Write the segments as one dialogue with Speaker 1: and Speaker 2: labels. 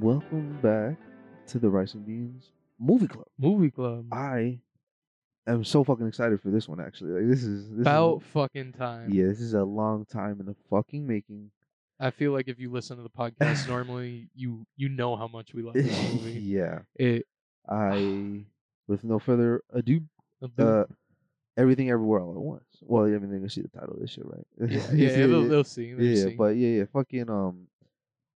Speaker 1: welcome back to the Rice and Beans Movie Club.
Speaker 2: Movie Club.
Speaker 1: I am so fucking excited for this one. Actually, like this is this is-
Speaker 2: About fucking time.
Speaker 1: yeah, this is a long time in the fucking making.
Speaker 2: I feel like if you listen to the podcast normally, you you know how much we love this movie.
Speaker 1: yeah,
Speaker 2: It
Speaker 1: I with no further ado,
Speaker 2: the,
Speaker 1: uh, everything everywhere all at once. Well, yeah, I mean, they're gonna see the title of this shit, right?
Speaker 2: yeah, yeah, they'll, they'll see. They'll
Speaker 1: yeah,
Speaker 2: see.
Speaker 1: but yeah, yeah, fucking um,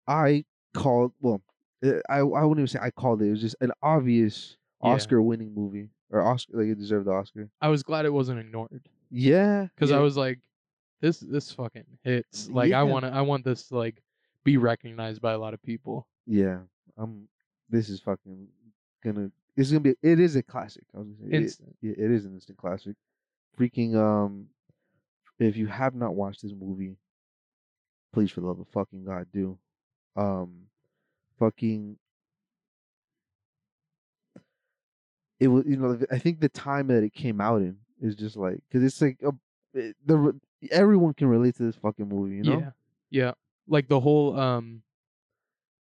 Speaker 1: I called. Well, uh, I I wouldn't even say I called it. It was just an obvious
Speaker 2: Yeah.
Speaker 1: Oscar-winning movie, or Oscar like it deserved the Oscar.
Speaker 2: I was glad it wasn't ignored
Speaker 1: Yeah,
Speaker 2: because
Speaker 1: yeah.
Speaker 2: I was like, this this fucking hits. Like
Speaker 1: Yeah.
Speaker 2: I want to I want this to, like be recognized by a lot of people.
Speaker 1: Yeah, I'm. This is fucking gonna. It's gonna be. It is a classic. I was gonna say, it,
Speaker 2: Instant.
Speaker 1: yeah, it is an instant classic. Freaking um, if you have not watched this movie, please for the love of fucking god do. Um, fucking. It was you know I think the time that it came out in is just like because it's like a, it- the re- everyone can relate to this fucking movie you know
Speaker 2: Yeah, yeah. Like the whole um,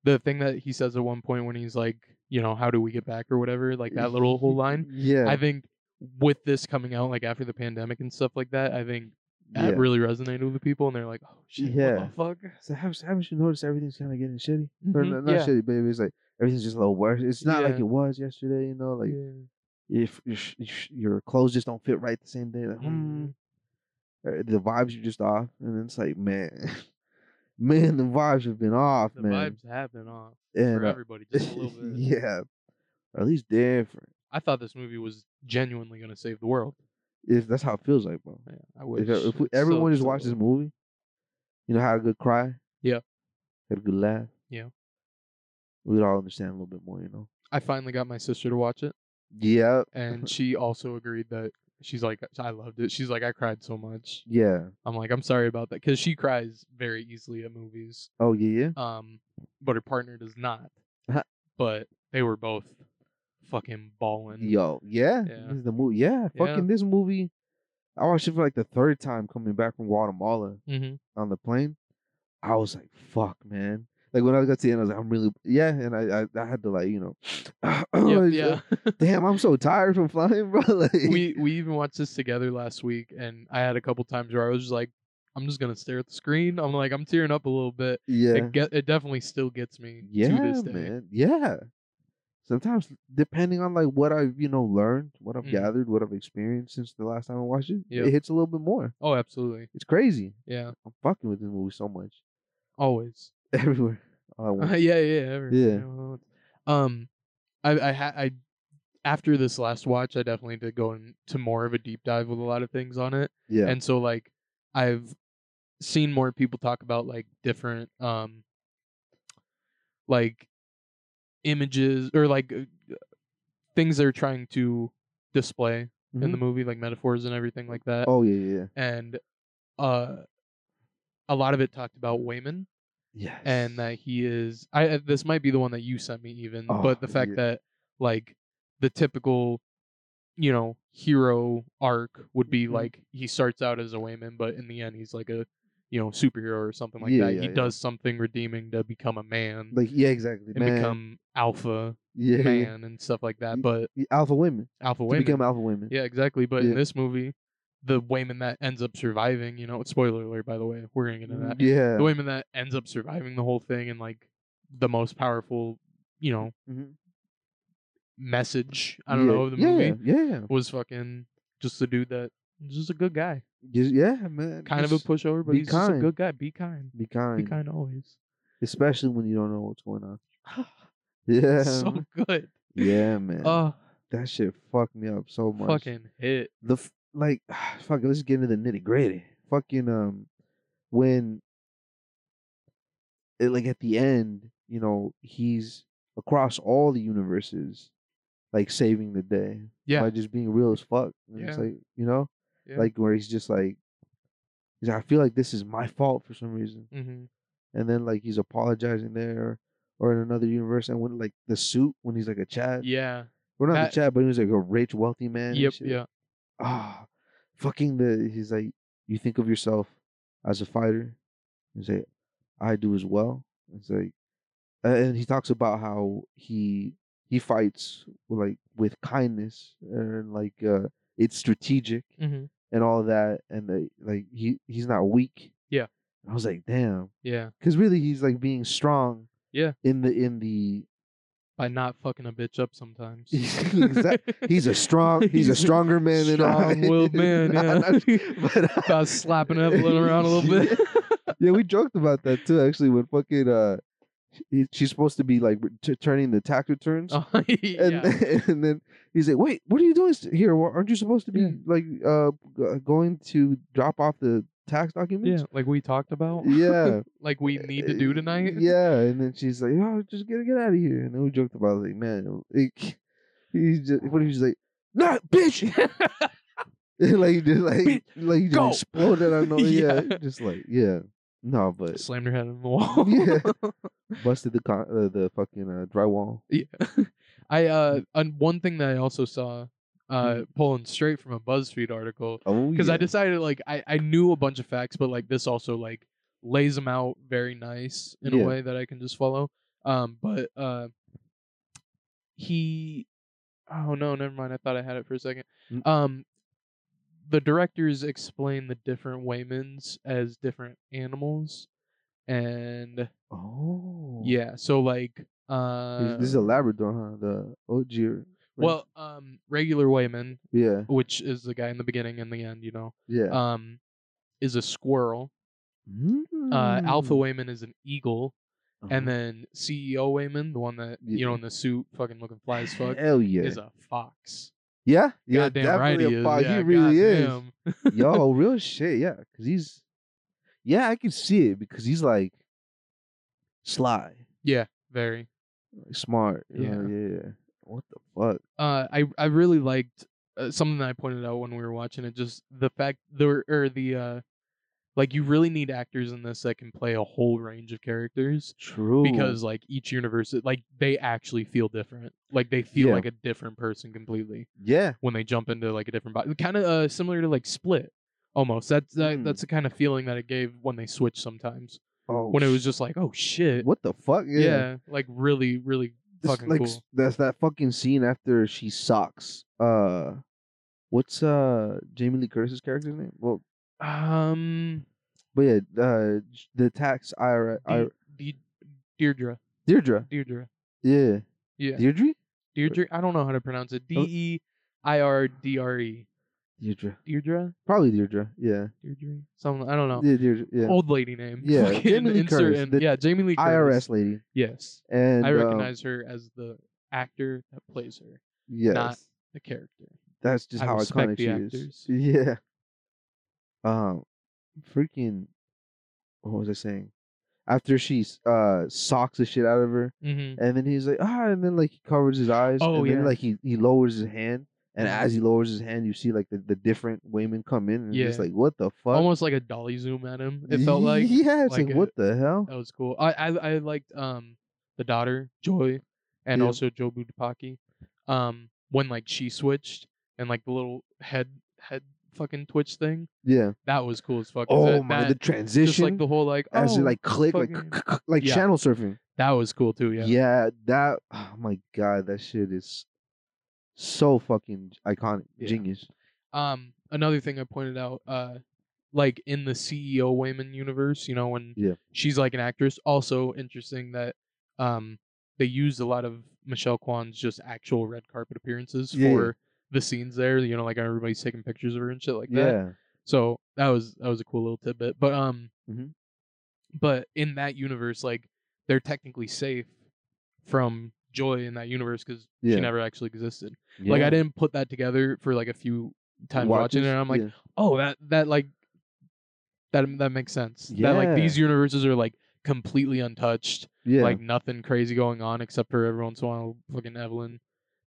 Speaker 2: the thing that he says at one point when he's like, you know, how do we get back or whatever, like that little whole line.
Speaker 1: yeah
Speaker 2: I think with this coming out, like after the pandemic and stuff like that, I think that
Speaker 1: yeah.
Speaker 2: really resonated with the people, and they're like, "Oh shit,
Speaker 1: Yeah.
Speaker 2: what the fuck?"
Speaker 1: So haven't, haven't you noticed everything's kind of getting shitty? Or
Speaker 2: Mhm,
Speaker 1: n- not
Speaker 2: yeah.
Speaker 1: shitty, but it's like everything's just a little worse. It's not like
Speaker 2: Yeah.
Speaker 1: it was yesterday, you know. Like mm, if, if, if your clothes just don't fit right the same day, like hmm,
Speaker 2: Mhm.
Speaker 1: uh, the vibes are just off, and then it's like man, man, the vibes have been off,
Speaker 2: the
Speaker 1: man,
Speaker 2: vibes have been off for
Speaker 1: and uh,
Speaker 2: everybody just a little bit.
Speaker 1: yeah, or at least different.
Speaker 2: I thought this movie was genuinely gonna save the world.
Speaker 1: If that's how it feels like, bro.
Speaker 2: Yeah, I
Speaker 1: If,
Speaker 2: wish
Speaker 1: e- if we,
Speaker 2: It's so-
Speaker 1: everyone just
Speaker 2: so
Speaker 1: watched this
Speaker 2: good.
Speaker 1: movie, you know, had a good cry,
Speaker 2: Yeah.
Speaker 1: had a good laugh,
Speaker 2: Yeah.
Speaker 1: we'd all understand a little bit more, you know.
Speaker 2: I finally got my sister to watch it,
Speaker 1: Yeah,
Speaker 2: and she also agreed that she's like, "I loved it." She's like, "I cried so much."
Speaker 1: Yeah.
Speaker 2: I'm like, "I'm sorry about that," because she cries very easily at movies.
Speaker 1: Oh yeah.
Speaker 2: um, but her partner does not.
Speaker 1: Huh.
Speaker 2: but they were both fucking
Speaker 1: Yeah.
Speaker 2: balling.
Speaker 1: Yo, yeah.
Speaker 2: Yeah.
Speaker 1: This is the movie. Yeah.
Speaker 2: Yeah.
Speaker 1: Fucking this movie. I watched it for like the third time coming back from Guatemala
Speaker 2: hmm
Speaker 1: on the plane. I was like, fuck, man. Like when I got to the end, I was like, I'm really yeah, and I I, I had to like, you know,
Speaker 2: Yep, yeah.
Speaker 1: Damn, I'm so tired from flying, bro. Like,
Speaker 2: we we even watched this together last week, and I had a couple times where I was just like, I'm just gonna stare at the screen. I'm like, I'm tearing up a little bit.
Speaker 1: yeah.
Speaker 2: It get it definitely still gets me
Speaker 1: Yeah,
Speaker 2: to this day.
Speaker 1: man. Yeah. Sometimes depending on like what I've, you know, learned, what I've
Speaker 2: Mhm.
Speaker 1: gathered, what I've experienced since the last time I watched it,
Speaker 2: Yep.
Speaker 1: it hits a little bit more.
Speaker 2: Oh, absolutely.
Speaker 1: It's crazy.
Speaker 2: Yeah,
Speaker 1: I'm fucking with this movie so much.
Speaker 2: always.
Speaker 1: Everywhere. All I
Speaker 2: yeah,
Speaker 1: want.
Speaker 2: yeah, ever.
Speaker 1: Yeah.
Speaker 2: you know, Um, I I ha- I after this last watch, I definitely did go into more of a deep dive with a lot of things on it.
Speaker 1: Yeah.
Speaker 2: and so like i've seen more people talk about like different um like images or like uh, things they're trying to display in
Speaker 1: Mhm.
Speaker 2: the movie like metaphors and everything like that
Speaker 1: Oh yeah, yeah.
Speaker 2: and uh a lot of it talked about Wayman
Speaker 1: Yes.
Speaker 2: and that he is I uh, this might be the one that you sent me even
Speaker 1: Oh,
Speaker 2: but the fact
Speaker 1: yeah.
Speaker 2: that like the typical you know hero arc would be
Speaker 1: Mhm.
Speaker 2: like he starts out as a wayman but in the end he's like a you know superhero or something like
Speaker 1: Yeah,
Speaker 2: that
Speaker 1: yeah,
Speaker 2: he
Speaker 1: yeah.
Speaker 2: does something redeeming to become a man
Speaker 1: like yeah, exactly.
Speaker 2: and
Speaker 1: man.
Speaker 2: become alpha
Speaker 1: yeah, yeah.
Speaker 2: man and stuff like that
Speaker 1: Y-
Speaker 2: but
Speaker 1: Y- alpha women.
Speaker 2: alpha
Speaker 1: To
Speaker 2: wayman
Speaker 1: become alpha women.
Speaker 2: yeah exactly but
Speaker 1: Yeah.
Speaker 2: in this movie the wayman that ends up surviving you know spoiler alert by the way we're gonna get into that
Speaker 1: Yeah.
Speaker 2: the woman that ends up surviving the whole thing and like the most powerful, you know,
Speaker 1: Mhm.
Speaker 2: message. I don't
Speaker 1: yeah.
Speaker 2: know of the
Speaker 1: yeah,
Speaker 2: movie
Speaker 1: Yeah, yeah.
Speaker 2: was fucking just the dude that was just a good guy,
Speaker 1: Just- yeah, man.
Speaker 2: kind
Speaker 1: just
Speaker 2: of a pushover, but
Speaker 1: be
Speaker 2: he's just
Speaker 1: kind.
Speaker 2: a good guy. Be kind,
Speaker 1: be kind.
Speaker 2: be kind always.
Speaker 1: Especially when you don't know what's going on. Yeah.
Speaker 2: so
Speaker 1: man.
Speaker 2: good.
Speaker 1: yeah, man.
Speaker 2: Oh,
Speaker 1: that shit fucked me up so much.
Speaker 2: fucking hit.
Speaker 1: the f- like fuck it, let's get into the nitty gritty fucking um when it, like at the end you know he's across all the universes like saving the day
Speaker 2: Yeah.
Speaker 1: by just being real as fuck and it's
Speaker 2: Yeah.
Speaker 1: like you know
Speaker 2: Yeah.
Speaker 1: like where he's just like he's like, i feel like this is my fault for some reason
Speaker 2: hmm
Speaker 1: and then like he's apologizing there or in another universe and when like the suit when he's like a chad
Speaker 2: Yeah.
Speaker 1: we're not
Speaker 2: that-
Speaker 1: a chad but he was like a rich wealthy man and
Speaker 2: yep.
Speaker 1: shit
Speaker 2: Yeah.
Speaker 1: ah, fucking the. He's like, you think of yourself as a fighter. He's like, I do as well. It's like, uh, and he talks about how he he fights like with kindness and like uh, it's strategic
Speaker 2: Mm-hmm.
Speaker 1: and all that, and that, like he he's not weak.
Speaker 2: Yeah.
Speaker 1: I was like, damn,
Speaker 2: Yeah.
Speaker 1: because really he's like being strong.
Speaker 2: Yeah.
Speaker 1: In the in the
Speaker 2: By not fucking a bitch up sometimes.
Speaker 1: Exact- he's a strong he's a stronger man than I.
Speaker 2: Strong-willed man,
Speaker 1: Nah,
Speaker 2: yeah.
Speaker 1: nah, but, uh,
Speaker 2: About slapping up, letting around a little bit.
Speaker 1: yeah, we joked about that too. Actually, when fucking uh, he- she's supposed to be like t- turning the tax returns,
Speaker 2: Oh, yeah.
Speaker 1: and then, and then he's like, "Wait, what are you doing s- here? Wha- Aren't you supposed to be
Speaker 2: Yeah.
Speaker 1: like uh g- going to drop off the tax documents?"
Speaker 2: yeah. Like we talked about.
Speaker 1: Yeah.
Speaker 2: like we need to do
Speaker 1: Uh,
Speaker 2: tonight.
Speaker 1: Yeah, and then she's like, "Oh, just gotta get out of here." And then we joked about it, like, man, like, he's just what if he's like, "Nah, bitch." like he just like
Speaker 2: Bitch,
Speaker 1: like he
Speaker 2: go.
Speaker 1: just exploded out of nowhere. Yeah.
Speaker 2: Yeah.
Speaker 1: just like yeah, no, but
Speaker 2: Slammed her head on the wall.
Speaker 1: yeah, busted the con- uh, the fucking uh, drywall.
Speaker 2: I uh un- one thing that I also saw uh pulling straight from a BuzzFeed article
Speaker 1: Oh,
Speaker 2: because
Speaker 1: Mm-hmm.
Speaker 2: I
Speaker 1: yeah.
Speaker 2: decided like I I knew a bunch of facts but like this also like lays them out very nice in
Speaker 1: Yeah.
Speaker 2: a way that I can just follow. Um but uh he oh no, never mind. I thought I had it for a second.
Speaker 1: Mm.
Speaker 2: Um the directors explain the different waymans as different animals and
Speaker 1: Oh,
Speaker 2: yeah, so like uh
Speaker 1: He's- this is a Labrador, huh? The OG. or- like,
Speaker 2: well, um, regular Wayman,
Speaker 1: yeah,
Speaker 2: which is the guy in the beginning and the end, you know,
Speaker 1: yeah.
Speaker 2: um, is a squirrel. Uh,
Speaker 1: Mm.
Speaker 2: Alpha Wayman is an eagle, and
Speaker 1: Uh-huh.
Speaker 2: then CEO Wayman, the one that you know
Speaker 1: Yeah.
Speaker 2: in the suit, fucking looking fly as fuck,
Speaker 1: Hell yeah,
Speaker 2: is a fox.
Speaker 1: yeah, yeah.
Speaker 2: goddamn right he
Speaker 1: definitely a
Speaker 2: is.
Speaker 1: fox.
Speaker 2: Yeah,
Speaker 1: he really is.
Speaker 2: goddamn.
Speaker 1: Yo, real shit. Yeah, because he's. Yeah, I can see it because he's like sly,
Speaker 2: Yeah, very.
Speaker 1: smart. you know, yeah. What the fuck?
Speaker 2: Uh, I I really liked uh, something that I pointed out when we were watching it. Just the fact there or the uh, like you really need actors in this that can play a whole range of characters.
Speaker 1: True.
Speaker 2: because like each universe like they actually feel different like they feel
Speaker 1: Yeah.
Speaker 2: like a different person completely
Speaker 1: yeah,
Speaker 2: when they jump into like a different body kind of uh, similar to like split almost that's that,
Speaker 1: Mm.
Speaker 2: that's the kind of feeling that it gave when they switched sometimes
Speaker 1: oh,
Speaker 2: when it was
Speaker 1: sh-
Speaker 2: just like oh shit
Speaker 1: what the fuck?
Speaker 2: yeah. like really really
Speaker 1: It's
Speaker 2: fucking
Speaker 1: like s-
Speaker 2: cool
Speaker 1: that's that fucking scene after she socks. Uh, what's uh Jamie Lee Curtis's character's name? Well,
Speaker 2: um
Speaker 1: but yeah, uh, j- the tax IRA,
Speaker 2: De-
Speaker 1: IRA
Speaker 2: De- deirdre
Speaker 1: Deirdre.
Speaker 2: deirdre
Speaker 1: Yeah,
Speaker 2: yeah
Speaker 1: Deirdre.
Speaker 2: deirdre i don't know how to pronounce it
Speaker 1: Oh.
Speaker 2: E d-e-i-r-d-r-e
Speaker 1: Deirdre.
Speaker 2: deirdre
Speaker 1: Probably Deirdre. Yeah.
Speaker 2: deirdre something i don't know
Speaker 1: Yeah, Deirdre. Yeah.
Speaker 2: old lady name.
Speaker 1: Yeah,
Speaker 2: Fucking
Speaker 1: Jamie Lee
Speaker 2: insert
Speaker 1: Curtis,
Speaker 2: in-
Speaker 1: the
Speaker 2: yeah, Jamie Lee Curtis.
Speaker 1: IRS lady.
Speaker 2: Yes,
Speaker 1: And
Speaker 2: I
Speaker 1: um,
Speaker 2: recognize her as the actor that plays her,
Speaker 1: yes,
Speaker 2: the character.
Speaker 1: that's just
Speaker 2: I
Speaker 1: how
Speaker 2: respect
Speaker 1: iconic
Speaker 2: the
Speaker 1: she
Speaker 2: actors.
Speaker 1: is. Yeah. Um, freaking. What was I saying? After she s- uh socks the shit out of her,
Speaker 2: Mm-hmm.
Speaker 1: and then he's like ah, and then like he covers his eyes,
Speaker 2: Oh,
Speaker 1: and then
Speaker 2: yeah.
Speaker 1: like he he lowers his hand, and
Speaker 2: Mhm.
Speaker 1: as he lowers his hand, you see like the, the different women come in, and it's
Speaker 2: Yeah.
Speaker 1: like what the fuck?
Speaker 2: Almost like a dolly zoom at him. It felt like
Speaker 1: yeah, it's like,
Speaker 2: like a- Oh,
Speaker 1: what the hell?
Speaker 2: that was cool. I I, I liked um the daughter Joy, and
Speaker 1: Yeah.
Speaker 2: also Joe Budapaki. Um, when like she switched and like the little head head fucking twitch thing,
Speaker 1: Yeah.
Speaker 2: that was cool as fuck. 'cause
Speaker 1: Oh
Speaker 2: that,
Speaker 1: my,
Speaker 2: that-
Speaker 1: the transition.
Speaker 2: just like the whole like oh,
Speaker 1: as it like click like
Speaker 2: fucking-
Speaker 1: like
Speaker 2: Yeah.
Speaker 1: channel surfing.
Speaker 2: that was cool too.
Speaker 1: Yeah.
Speaker 2: Yeah.
Speaker 1: that oh my god, that shit is so fucking iconic,
Speaker 2: Yeah.
Speaker 1: genius.
Speaker 2: um another thing i pointed out uh like in the ceo wayman universe you know when
Speaker 1: Yeah.
Speaker 2: she's like an actress also interesting that um they used a lot of michelle kwan's just actual red carpet appearances
Speaker 1: Yeah, yeah.
Speaker 2: for the scenes there you know like everybody's taking pictures of her and shit like that
Speaker 1: yeah,
Speaker 2: so that was that was a cool little tidbit but um
Speaker 1: Mhm.
Speaker 2: but in that universe like they're technically safe from joy in that universe because
Speaker 1: Yeah.
Speaker 2: she never actually existed like I didn't put that together for like a few times watching it. And I'm like, oh, that that like that that makes sense. That like these universes are like completely untouched.
Speaker 1: yeah,
Speaker 2: Like nothing crazy going on except for every once in a while fucking Evelyn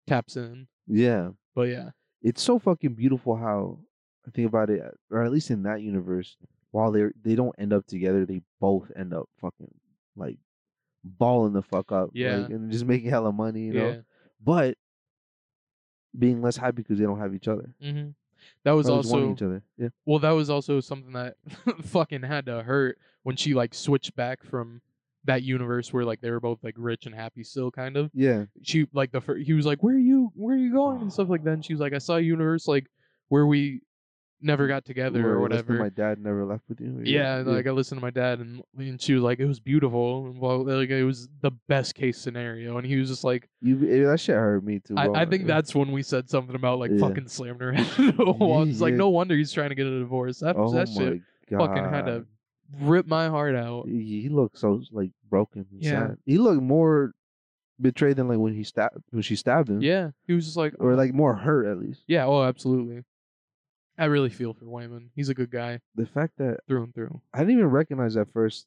Speaker 2: taps in.
Speaker 1: yeah.
Speaker 2: But yeah,
Speaker 1: It's so fucking beautiful how I think about it, or at least in that universe, while they are they don't end up together, they both end up fucking like balling the fuck up,
Speaker 2: Yeah.
Speaker 1: like, and just making hella money, you know.
Speaker 2: yeah.
Speaker 1: But being less happy because they don't have each other.
Speaker 2: hmm That was
Speaker 1: Or just wanting
Speaker 2: also
Speaker 1: each other. Yeah.
Speaker 2: well. That was also something that fucking had to hurt when she like switched back from that universe where like they were both like rich and happy still kind of
Speaker 1: Yeah.
Speaker 2: she like the first, he was like where are you where are you going and stuff like that and she was like i saw a universe like where we never got together
Speaker 1: Where
Speaker 2: or
Speaker 1: I listened to
Speaker 2: whatever
Speaker 1: My dad never left with you.
Speaker 2: yeah, like I listened to my dad, and, and she was like, "It was beautiful, and blah, like it was the best case scenario." And he was just like,
Speaker 1: you, eh, that shit hurt me too.
Speaker 2: "I,
Speaker 1: bro.
Speaker 2: I think
Speaker 1: Yeah.
Speaker 2: that's when we said something about like
Speaker 1: Yeah.
Speaker 2: fucking slamming her head into a wall." It's like,
Speaker 1: Yeah.
Speaker 2: no wonder he's trying to get a divorce. That,
Speaker 1: oh
Speaker 2: that
Speaker 1: my
Speaker 2: shit
Speaker 1: god.
Speaker 2: fucking had to rip my heart out.
Speaker 1: He he looked so like broken. and
Speaker 2: Yeah.
Speaker 1: sad. He looked more betrayed than like when he stabbed when she stabbed him.
Speaker 2: Yeah, he was just like,
Speaker 1: Or like more hurt at least.
Speaker 2: "Yeah, oh, absolutely." I really feel for Wayman. He's a good guy
Speaker 1: The fact that
Speaker 2: through and through.
Speaker 1: I didn't even recognize at first,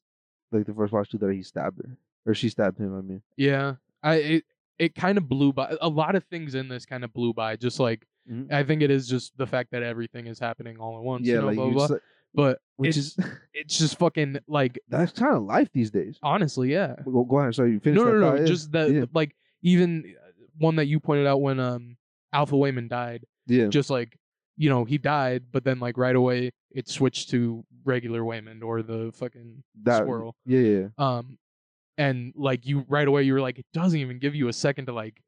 Speaker 1: like the first watch through that he stabbed her or she stabbed him. I mean,
Speaker 2: Yeah, I it it kind of blew by. A lot of things in this kind of blew by. Just like
Speaker 1: Mhm.
Speaker 2: I think it is just the fact that everything is happening all at once.
Speaker 1: yeah,
Speaker 2: you know,
Speaker 1: like
Speaker 2: blah,
Speaker 1: you
Speaker 2: blah, blah.
Speaker 1: just, like-
Speaker 2: But
Speaker 1: which
Speaker 2: it's-
Speaker 1: is
Speaker 2: it's just fucking like
Speaker 1: that's kind of life these days.
Speaker 2: honestly, yeah.
Speaker 1: Go, go ahead. Sorry, you finished.
Speaker 2: No,
Speaker 1: that
Speaker 2: no, no.
Speaker 1: thought, yeah.
Speaker 2: Just the
Speaker 1: yeah.
Speaker 2: the- like even uh, one that you pointed out when um Alpha Wayman died.
Speaker 1: yeah,
Speaker 2: Just like you know he died, but then like right away it switched to regular Wayman or the fucking
Speaker 1: that
Speaker 2: squirrel.
Speaker 1: Yeah, yeah, yeah.
Speaker 2: um and like you right away you were like it doesn't even give you a second to like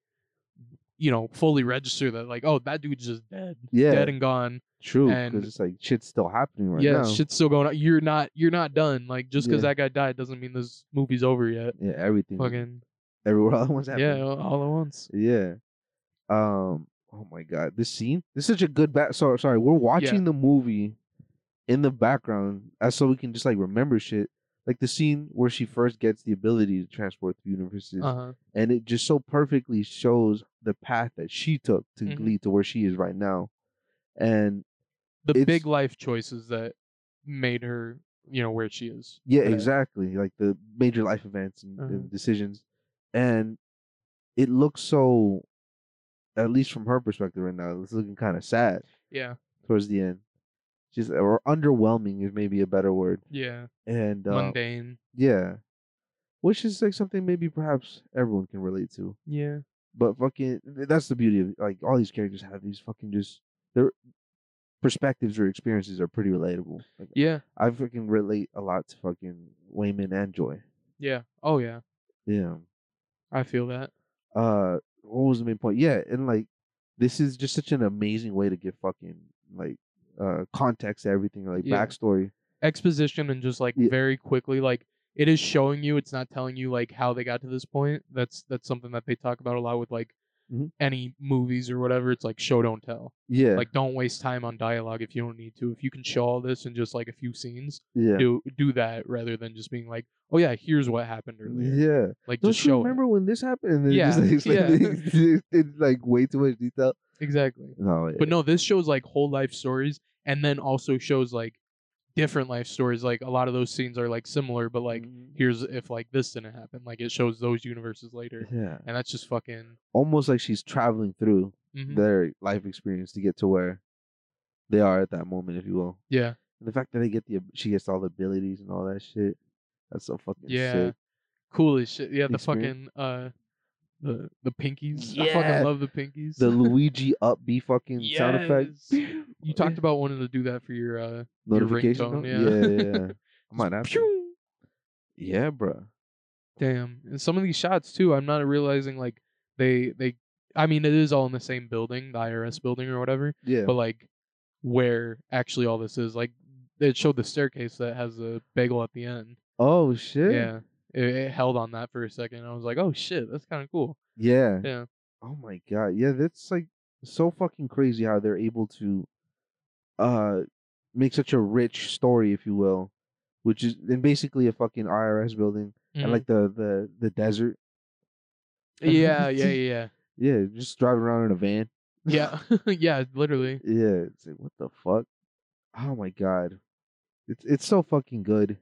Speaker 2: you know fully register that like oh that dude's just dead
Speaker 1: Yeah.
Speaker 2: dead and gone
Speaker 1: True,
Speaker 2: And-
Speaker 1: because it's like shit's still happening right
Speaker 2: yeah
Speaker 1: now.
Speaker 2: shit's still going on you're not you're not done like just because
Speaker 1: Yeah.
Speaker 2: that guy died doesn't mean this movie's over yet
Speaker 1: Yeah, everything.
Speaker 2: fucking
Speaker 1: Everywhere all at once
Speaker 2: yeah
Speaker 1: happening.
Speaker 2: all all at once
Speaker 1: Yeah. Um. Oh my god, this scene. This is such a good back. Sorry, sorry. We're watching the movie in the background, as so we can just like remember shit. Like the scene where she first gets the ability to transport through universes,
Speaker 2: uh-huh
Speaker 1: and it just so perfectly shows the path that she took to
Speaker 2: Mhm.
Speaker 1: lead to where she is right now. And
Speaker 2: the
Speaker 1: It's-
Speaker 2: big life choices that made her you know where she is
Speaker 1: Yeah,
Speaker 2: today.
Speaker 1: exactly. Like the major life events and,
Speaker 2: Uh-huh.
Speaker 1: and decisions, and it looks so, at least from her perspective right now, it's looking kind of sad
Speaker 2: yeah
Speaker 1: towards the end. She's or underwhelming is maybe a better word.
Speaker 2: yeah
Speaker 1: And uh,
Speaker 2: mundane
Speaker 1: yeah, which is like something maybe perhaps everyone can relate to.
Speaker 2: yeah
Speaker 1: But fucking, that's the beauty of it. like all these characters have these fucking just their perspectives or experiences are pretty relatable. Like,
Speaker 2: yeah
Speaker 1: I fucking relate a lot to fucking Wayman and Joy.
Speaker 2: yeah oh yeah
Speaker 1: Yeah.
Speaker 2: i feel that
Speaker 1: uh what was the main point yeah and like this is just such an amazing way to give fucking like uh context to everything like
Speaker 2: Yeah.
Speaker 1: backstory
Speaker 2: exposition and just like
Speaker 1: Yeah.
Speaker 2: very quickly like it is showing you it's not telling you like how they got to this point that's that's something that they talk about a lot with like
Speaker 1: Mhm.
Speaker 2: any movies or whatever it's like show don't tell
Speaker 1: yeah
Speaker 2: like don't waste time on dialogue if you don't need to if you can show all this in just like a few scenes
Speaker 1: yeah
Speaker 2: do do that rather than just being like oh yeah here's what happened earlier
Speaker 1: yeah
Speaker 2: like
Speaker 1: don't
Speaker 2: just
Speaker 1: you
Speaker 2: show it.
Speaker 1: remember when this happened and then
Speaker 2: Yeah,
Speaker 1: just like, explain it in like way too much detail
Speaker 2: exactly
Speaker 1: no yeah.
Speaker 2: but no this shows like whole life stories and then also shows like different life stories like a lot of those scenes are like similar but like
Speaker 1: Mhm.
Speaker 2: here's if like this didn't happen like it shows those universes later
Speaker 1: yeah
Speaker 2: and that's just fucking
Speaker 1: almost like she's traveling through
Speaker 2: mhm.
Speaker 1: their life experience to get to where they are at that moment if you will
Speaker 2: yeah
Speaker 1: and the fact that they get the ab- she gets all the abilities and all that shit that's so fucking
Speaker 2: yeah
Speaker 1: sick
Speaker 2: cool as shit yeah the
Speaker 1: Experience.
Speaker 2: fucking uh the the pinkies i
Speaker 1: Yeah.
Speaker 2: fucking love the pinkies
Speaker 1: the luigi upbeat fucking sound effect
Speaker 2: Yes. you talked about wanting to do that for your uh Your
Speaker 1: notification.
Speaker 2: ringtone,
Speaker 1: though?
Speaker 2: yeah.
Speaker 1: yeah, yeah, yeah. I might have. to.
Speaker 2: pew!
Speaker 1: Yeah, bro.
Speaker 2: damn and some of these shots too i'm not realizing like they they i mean it is all in the same building the irs building or whatever
Speaker 1: Yeah,
Speaker 2: but like where actually all this is like it showed the staircase that has a bagel at the end
Speaker 1: Oh shit.
Speaker 2: Yeah. It, it held on that for a second. and I was like, oh shit, that's kind of cool.
Speaker 1: Yeah.
Speaker 2: Yeah.
Speaker 1: Oh my god. Yeah, that's like so fucking crazy how they're able to, uh, make such a rich story, if you will, which is and basically a fucking IRS building and
Speaker 2: Mhm.
Speaker 1: like the the the desert.
Speaker 2: Mm, yeah, yeah, yeah,
Speaker 1: Yeah, just driving around in a van.
Speaker 2: yeah. Yeah. yeah, literally.
Speaker 1: Yeah, it's like what the fuck? Oh my god, it's it's so fucking good.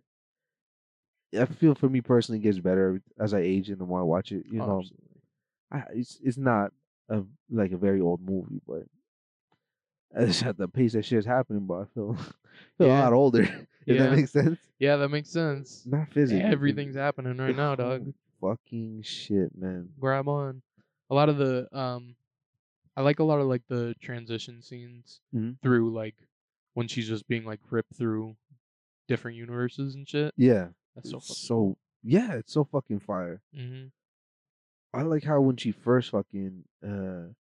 Speaker 1: I feel for me personally, it gets better as I age and the more I watch it. You
Speaker 2: Oh,
Speaker 1: know, I, it's it's not a like a very old movie, but it's at the pace that shit's happening, but I feel, feel a
Speaker 2: Yeah.
Speaker 1: lot older. if
Speaker 2: Yeah.
Speaker 1: that makes sense,
Speaker 2: Yeah, that makes sense.
Speaker 1: not physically. but-
Speaker 2: Everything's happening right now, dog.
Speaker 1: Fucking shit, man.
Speaker 2: Grab on. A lot of the um I like a lot of like the transition scenes
Speaker 1: Mhm.
Speaker 2: through like when she's just being like ripped through different universes and shit.
Speaker 1: Yeah,
Speaker 2: That's so
Speaker 1: it's
Speaker 2: fucking
Speaker 1: so yeah, it's so fucking fire.
Speaker 2: hmm
Speaker 1: I like how when she first fucking uh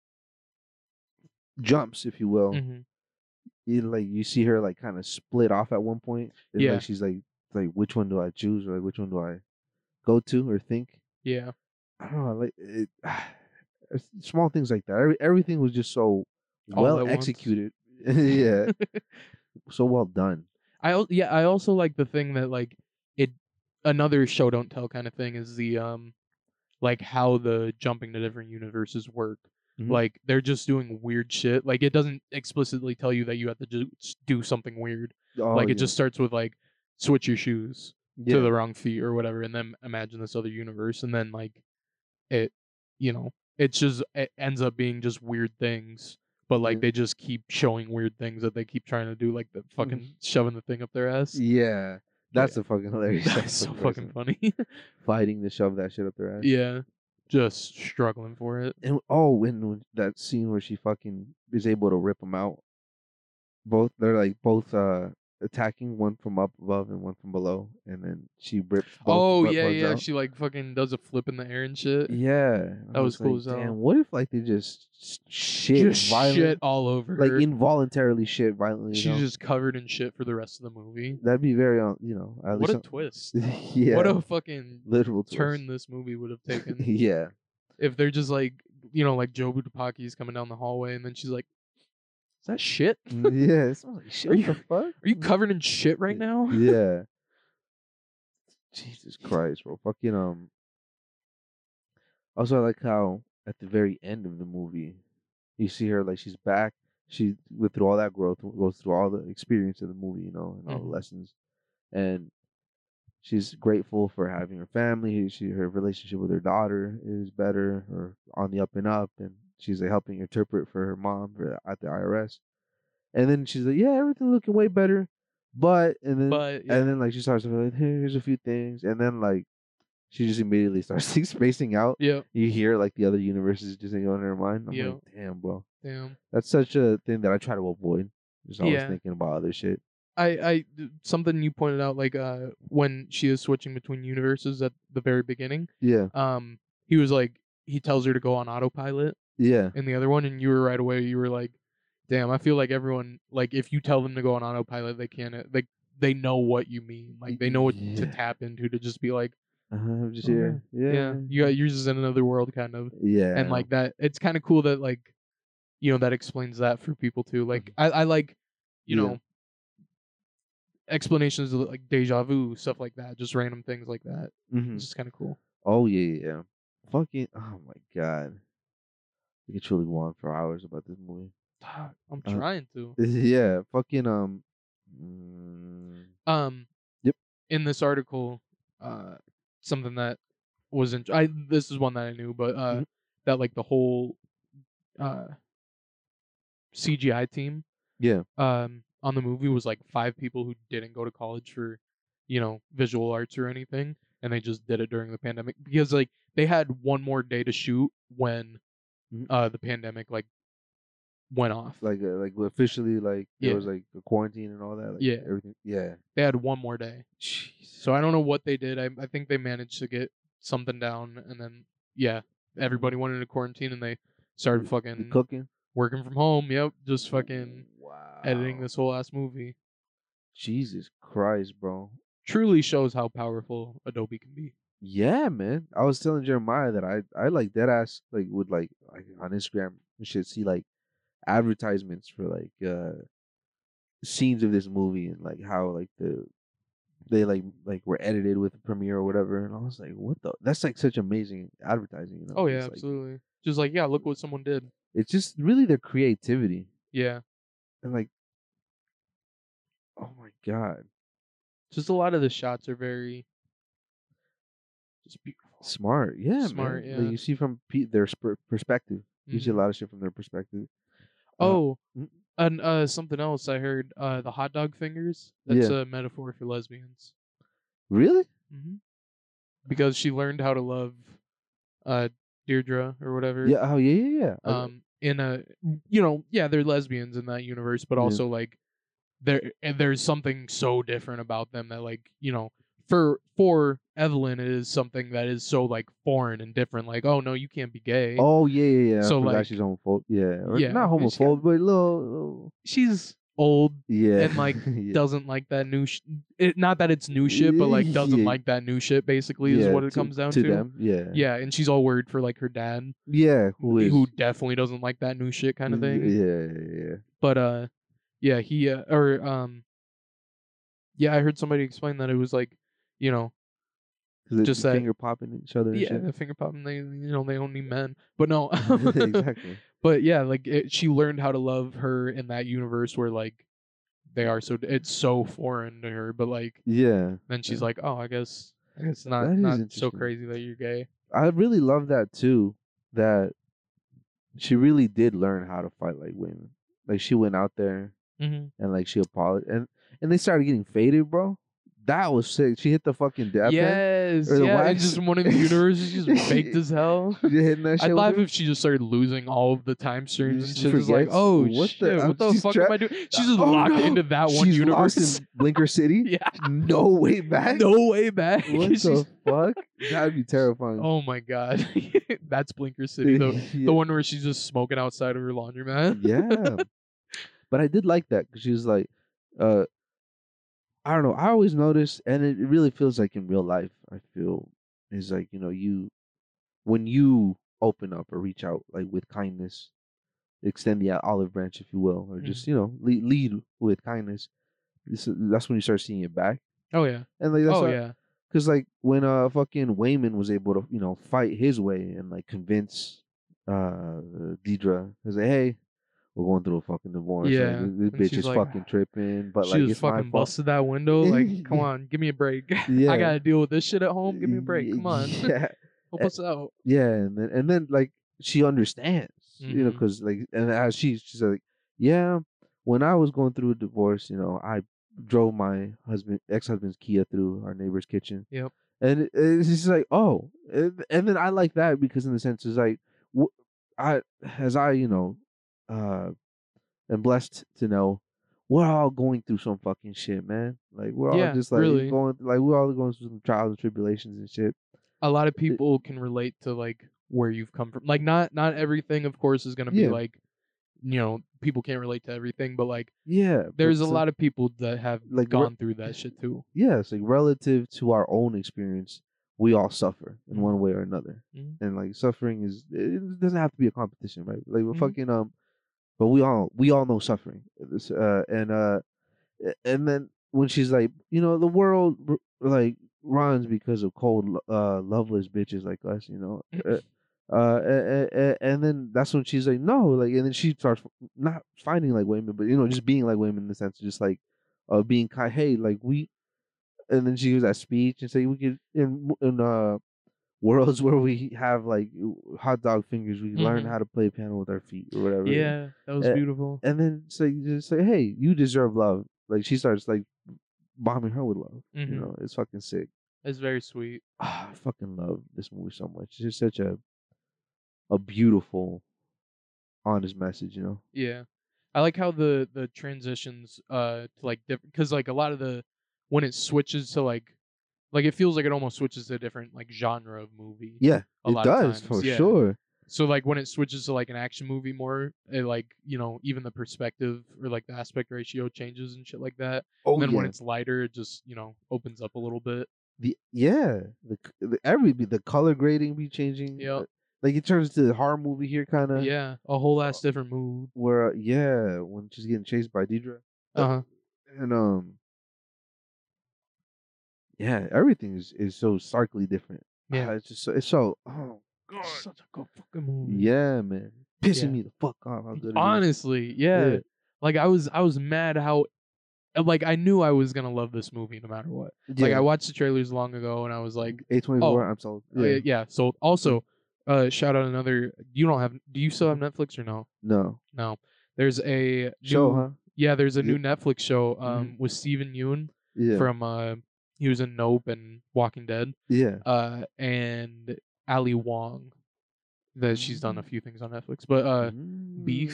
Speaker 1: jumps, if you will,
Speaker 2: hmm
Speaker 1: it, like you see her like kind of split off at one point. It's
Speaker 2: Yeah.
Speaker 1: like she's like like which one do I choose or like, which one do I go to or think?
Speaker 2: Yeah.
Speaker 1: I don't know. Like it, it's small things like that. Every, everything was just so
Speaker 2: All at
Speaker 1: well
Speaker 2: once.
Speaker 1: executed. yeah, so well done.
Speaker 2: I al- yeah, I also like the thing that like it another show don't tell kind of thing is the um like how the jumping to different universes work.
Speaker 1: Mhm.
Speaker 2: Like they're just doing weird shit. Like it doesn't explicitly tell you that you have to ju- s- do something weird.
Speaker 1: Oh,
Speaker 2: like it
Speaker 1: yeah.
Speaker 2: just starts with like switch your shoes
Speaker 1: yeah.
Speaker 2: to the wrong feet or whatever and then imagine this other universe and then like it you know, it's just it ends up being just weird things. But like
Speaker 1: Yeah.
Speaker 2: they just keep showing weird things that they keep trying to do, like the fucking shoving the thing up their ass.
Speaker 1: Mm-hmm. yeah. That's the fucking hilarious.
Speaker 2: That's so
Speaker 1: fucking
Speaker 2: fucking
Speaker 1: person.
Speaker 2: funny.
Speaker 1: Fighting to shove that shit up their ass.
Speaker 2: yeah. Just struggling for it.
Speaker 1: And oh, when, when that scene where she fucking is able to rip them out. Both they're like both uh attacking one from up above and one from below, and then she rips. Both
Speaker 2: oh
Speaker 1: butt
Speaker 2: yeah,
Speaker 1: plugs
Speaker 2: yeah.
Speaker 1: out.
Speaker 2: She like fucking does a flip in the air and shit.
Speaker 1: Yeah, I
Speaker 2: That was cool as hell.
Speaker 1: Like, Damn, what if like they just s- shit
Speaker 2: just
Speaker 1: violent,
Speaker 2: shit all over
Speaker 1: like
Speaker 2: her.
Speaker 1: involuntarily shit violently? you
Speaker 2: She's
Speaker 1: know?
Speaker 2: just covered in shit for the rest of the movie.
Speaker 1: that'd be very un- you know at
Speaker 2: What a
Speaker 1: least
Speaker 2: twist.
Speaker 1: un- yeah
Speaker 2: What a fucking
Speaker 1: literal twist.
Speaker 2: turn this movie would have taken.
Speaker 1: yeah,
Speaker 2: if they're just like you know, like Joe Budapaki's coming down the hallway and then she's like, Is that shit?
Speaker 1: yeah. It's like shit.
Speaker 2: Are
Speaker 1: what the fuck?
Speaker 2: Are you covered in shit right now?
Speaker 1: Mm-hmm. yeah. Jesus Christ, bro. Fucking um. Also, I like how at the very end of the movie, you see her like she's back. She went through all that growth, goes through all the experience of the movie, you know, and all
Speaker 2: Mhm.
Speaker 1: the lessons, and she's grateful for having her family. She her relationship with her daughter is better, or on the up and up, and she's like helping interpret for her mom for, at the IRS. And then she's like, "Yeah, everything looking way better," but and then
Speaker 2: But yeah.
Speaker 1: and then like she starts to be like, here's a few things, and then like she just immediately starts like, spacing out.
Speaker 2: yeah,
Speaker 1: You hear like the other universes just like, on her mind. I'm
Speaker 2: Yeah.
Speaker 1: like, damn, bro,
Speaker 2: damn.
Speaker 1: that's such a thing that I try to avoid. Just always
Speaker 2: Yeah.
Speaker 1: thinking about other shit.
Speaker 2: I, I th- something you pointed out like uh when she is switching between universes at the very beginning
Speaker 1: Yeah,
Speaker 2: um he was like he tells her to go on autopilot
Speaker 1: yeah,
Speaker 2: in the other one and you were right away you were like damn i feel like everyone like if you tell them to go on autopilot they can't like they know what you mean like they know what to
Speaker 1: Yeah.
Speaker 2: tap into to just be like
Speaker 1: uh, I'm just
Speaker 2: Oh,
Speaker 1: here. Yeah,
Speaker 2: yeah, you got yours is in another world kind of
Speaker 1: yeah,
Speaker 2: and like that it's kind of cool that like you know that explains that for people too like i, I like you
Speaker 1: Mm-hmm. Yeah.
Speaker 2: know explanations of like deja vu stuff like that just random things like that
Speaker 1: Mhm.
Speaker 2: it's just kind of cool
Speaker 1: oh yeah, yeah, yeah, fucking, oh my god, we could truly go on for hours about this movie.
Speaker 2: i'm
Speaker 1: Uh,
Speaker 2: trying to
Speaker 1: yeah, fucking um, mm,
Speaker 2: um
Speaker 1: Yep.
Speaker 2: in this article uh something that wasn't i this is one that i knew but uh
Speaker 1: Mhm.
Speaker 2: that like the whole uh cgi team
Speaker 1: yeah,
Speaker 2: um on the movie was like five people who didn't go to college for you know visual arts or anything and they just did it during the pandemic because like they had one more day to shoot when
Speaker 1: Mhm.
Speaker 2: uh the pandemic like went off
Speaker 1: like uh, like officially like there
Speaker 2: Yeah.
Speaker 1: was like a quarantine and all that. Like,
Speaker 2: Yeah.
Speaker 1: everything. Yeah.
Speaker 2: they had one more day
Speaker 1: Jeez.
Speaker 2: so i don't know what they did i, I think they managed to get something down and then yeah everybody went into quarantine and they started
Speaker 1: The
Speaker 2: fucking
Speaker 1: cooking.
Speaker 2: working from home yep just fucking
Speaker 1: wow.
Speaker 2: editing this whole ass movie
Speaker 1: Jesus Christ, bro.
Speaker 2: truly shows how powerful adobe can be
Speaker 1: Yeah, man. I was telling Jeremiah that I I like dead ass like would like, like on Instagram and shit see like advertisements for like uh scenes of this movie and like how like the they like like were edited with Premiere or whatever and I was like what the that's like such amazing advertising you know
Speaker 2: Oh yeah,
Speaker 1: it's, like,
Speaker 2: absolutely. Just like yeah, look what someone did.
Speaker 1: it's just really their creativity
Speaker 2: Yeah,
Speaker 1: and like oh my god
Speaker 2: just a lot of the shots are very just beautiful.
Speaker 1: smart yeah man.
Speaker 2: Smart,
Speaker 1: Like,
Speaker 2: yeah.
Speaker 1: you see from pe- their sp- perspective you see a
Speaker 2: Mhm.
Speaker 1: lot of shit from their perspective
Speaker 2: oh,
Speaker 1: mm.
Speaker 2: and uh, something else I heard uh, the hot dog fingers. That's a metaphor for lesbians
Speaker 1: really
Speaker 2: mm-hmm.
Speaker 1: Uh-huh.
Speaker 2: because she learned how to love uh, Deirdre or whatever.
Speaker 1: yeah oh yeah yeah yeah I-
Speaker 2: Um, in a you know yeah they're lesbians in that universe, but
Speaker 1: Yeah.
Speaker 2: also like there and there's something so different about them that like you know for for Evelyn is something that is so like foreign and different. Like, oh no, you can't be gay.
Speaker 1: Oh yeah, yeah, yeah.
Speaker 2: So,
Speaker 1: So
Speaker 2: like-
Speaker 1: like she's homophobe. Yeah, or
Speaker 2: Yeah,
Speaker 1: not
Speaker 2: it's-
Speaker 1: homophobe, but a little, little-
Speaker 2: She's old,
Speaker 1: Yeah,
Speaker 2: And, like,
Speaker 1: yeah.
Speaker 2: doesn't like that new. Sh- it, not that it's new shit, but like doesn't
Speaker 1: Yeah.
Speaker 2: like that new shit. Basically, is
Speaker 1: Yeah,
Speaker 2: what it
Speaker 1: to-
Speaker 2: comes down
Speaker 1: to
Speaker 2: to.
Speaker 1: them. Yeah,
Speaker 2: Yeah, and she's all worried for like her dad,
Speaker 1: yeah. Who is
Speaker 2: who definitely doesn't like that new shit
Speaker 1: Mm,
Speaker 2: kind of thing.
Speaker 1: Yeah, yeah, yeah.
Speaker 2: but uh yeah he uh, or um yeah i heard somebody explain that it was like you know
Speaker 1: 'Cause they
Speaker 2: Just
Speaker 1: be
Speaker 2: that-
Speaker 1: finger popping each other. And
Speaker 2: yeah
Speaker 1: shit.
Speaker 2: the finger popping they you know they only men but no
Speaker 1: exactly.
Speaker 2: but yeah like it, she learned how to love her in that universe where like they are so it's so foreign to her but like
Speaker 1: Yeah,
Speaker 2: then she's
Speaker 1: Yeah.
Speaker 2: like oh i guess I guess it's not
Speaker 1: That is
Speaker 2: not so
Speaker 1: interesting.
Speaker 2: crazy that you're gay
Speaker 1: I really love that too. That she really did learn how to fight like women. Like she went out there
Speaker 2: mm-hmm.
Speaker 1: and like she apologized, and and they started getting faded, bro. That was sick. She hit the fucking dab pen.
Speaker 2: yes
Speaker 1: Or the
Speaker 2: yeah
Speaker 1: wax?
Speaker 2: it's just one of the universes she's baked as hell
Speaker 1: She hitting that
Speaker 2: I'd
Speaker 1: shit with
Speaker 2: laugh
Speaker 1: her-
Speaker 2: if she just started losing all of the time streams and
Speaker 1: She
Speaker 2: shit. It's like,
Speaker 1: forgets,
Speaker 2: oh
Speaker 1: what the-
Speaker 2: shit,
Speaker 1: I'm
Speaker 2: what the
Speaker 1: just
Speaker 2: fuck
Speaker 1: tra-
Speaker 2: am I doing? She's just
Speaker 1: Oh,
Speaker 2: locked
Speaker 1: no.
Speaker 2: into that one
Speaker 1: She's lost
Speaker 2: universe.
Speaker 1: in Blinker City.
Speaker 2: yeah,
Speaker 1: No way back.
Speaker 2: no way back.
Speaker 1: What
Speaker 2: She's-
Speaker 1: the fuck? That'd be terrifying.
Speaker 2: oh my god, that's Blinker City, the the one where she's just smoking outside of her laundromat.
Speaker 1: yeah. But I did like that because she was like, uh, I don't know. I always notice, and it it really feels like in real life, I feel is like, you know, you, when you open up or reach out, like with kindness, extend the olive branch, if you will, or just, you know, lead, lead with kindness, this, that's when you start seeing it back.
Speaker 2: Oh yeah,
Speaker 1: And like, that's
Speaker 2: oh
Speaker 1: what-
Speaker 2: yeah,
Speaker 1: Cause like when uh fucking Wayman was able to you know fight his way and like convince uh Deidre, he's like, hey, we're going through a fucking divorce. like,
Speaker 2: Yeah,
Speaker 1: this- this,
Speaker 2: and
Speaker 1: bitch
Speaker 2: she's
Speaker 1: is
Speaker 2: like,
Speaker 1: fucking tripping. But
Speaker 2: she
Speaker 1: like,
Speaker 2: was
Speaker 1: it's my
Speaker 2: fucking
Speaker 1: fault.
Speaker 2: busted that window. Like, come on, give me a break.
Speaker 1: Yeah,
Speaker 2: I gotta deal with this shit at home. Give me a break. Come on,
Speaker 1: Yeah,
Speaker 2: help us out.
Speaker 1: yeah, and then and then like she understands, you know,
Speaker 2: Mhm.
Speaker 1: because like and as she she's like, yeah, when I was going through a divorce, you know, I drove my husband ex husband's Kia through our neighbor's kitchen.
Speaker 2: Yep.
Speaker 1: And it- it's just like, oh, and, and then I like that because in the sense is like, wh- I as I you know, uh, am blessed to know. We're all going through some fucking shit, man. Like we're all
Speaker 2: Yeah,
Speaker 1: just like
Speaker 2: really.
Speaker 1: going, like we're all going through some trials and tribulations and shit.
Speaker 2: a lot of people can relate to like where you've come from. Like not not everything of course is going to be
Speaker 1: Yeah.
Speaker 2: like you know, people can't relate to everything, but like
Speaker 1: Yeah, but
Speaker 2: there's a
Speaker 1: some-
Speaker 2: lot of people that have
Speaker 1: like, re-
Speaker 2: gone through that shit too.
Speaker 1: yeah, it's like relative to our own experience, we all suffer in
Speaker 2: Mhm.
Speaker 1: one way or another.
Speaker 2: Mhm.
Speaker 1: And like suffering is it doesn't have to be a competition, right? Like we're
Speaker 2: Mhm.
Speaker 1: fucking um but we all we all know suffering. It's, uh and uh a- and then when she's like, you know, the world r- like runs because of cold lo- uh loveless bitches like us, you know. Uh, Uh, a- a- a- and then that's when she's like, no, like, and then she starts not finding like women, but you know, just being like women in the sense, of just like, uh, being kind. Hey, like we, and then she gives that speech and say we could in in uh worlds where we have like hot dog fingers, we learn
Speaker 2: Mhm.
Speaker 1: how to play piano with our feet or whatever.
Speaker 2: Yeah, that was
Speaker 1: Uh,
Speaker 2: beautiful.
Speaker 1: And then so you just say, hey, you deserve love. Like she starts like bombing her with love.
Speaker 2: Mhm.
Speaker 1: You know, it's fucking sick.
Speaker 2: It's very sweet.
Speaker 1: Ah, I fucking love this movie so much. It's just such a a beautiful, honest message. You know.
Speaker 2: Yeah. I like how the the transitions uh to like different cuz like a lot of the when it switches to like like it feels like it almost switches to a different like genre of movie.
Speaker 1: Yeah,
Speaker 2: A
Speaker 1: it
Speaker 2: lot of
Speaker 1: does
Speaker 2: times,
Speaker 1: for
Speaker 2: yeah.
Speaker 1: sure.
Speaker 2: So like when it switches to like an action movie more, it like you know even the perspective or like the aspect ratio changes and shit like that.
Speaker 1: Oh
Speaker 2: And then
Speaker 1: yeah.
Speaker 2: when it's lighter, it just you know opens up a little bit.
Speaker 1: the yeah the, c- the every be- the color grading be changing
Speaker 2: Yep.
Speaker 1: uh, like it turns to a horror movie here kind of
Speaker 2: yeah, a whole ass different mood.
Speaker 1: where uh, yeah when she's getting chased by Deidre Uh,
Speaker 2: Uh huh.
Speaker 1: and um yeah everything is, is so starkly different
Speaker 2: Yeah.
Speaker 1: Ah, it's just so, it's so oh god
Speaker 2: Such a good fucking movie.
Speaker 1: yeah man pissing me
Speaker 2: Yeah.
Speaker 1: the fuck off how good it is.
Speaker 2: Honestly, yeah.
Speaker 1: Yeah.
Speaker 2: Like I was I was mad how uh, like I knew I was gonna love this movie no matter what. Like I watched the trailers long ago and I was like, oh,
Speaker 1: eight twenty four I'm sold
Speaker 2: yeah.
Speaker 1: yeah.
Speaker 2: yeah. So also, uh, shout out another. You don't have? Do you still have Netflix or no?
Speaker 1: no
Speaker 2: No. There's a
Speaker 1: show
Speaker 2: new-
Speaker 1: huh
Speaker 2: Yeah, there's a
Speaker 1: Is
Speaker 2: new
Speaker 1: it-
Speaker 2: Netflix show um, with Steven Yeun
Speaker 1: Mm-hmm. yeah
Speaker 2: from uh, he was in Nope and Walking Dead,
Speaker 1: yeah
Speaker 2: uh, and Ali Wong. That she's done a
Speaker 1: Mm.
Speaker 2: few things on Netflix, but uh, Beef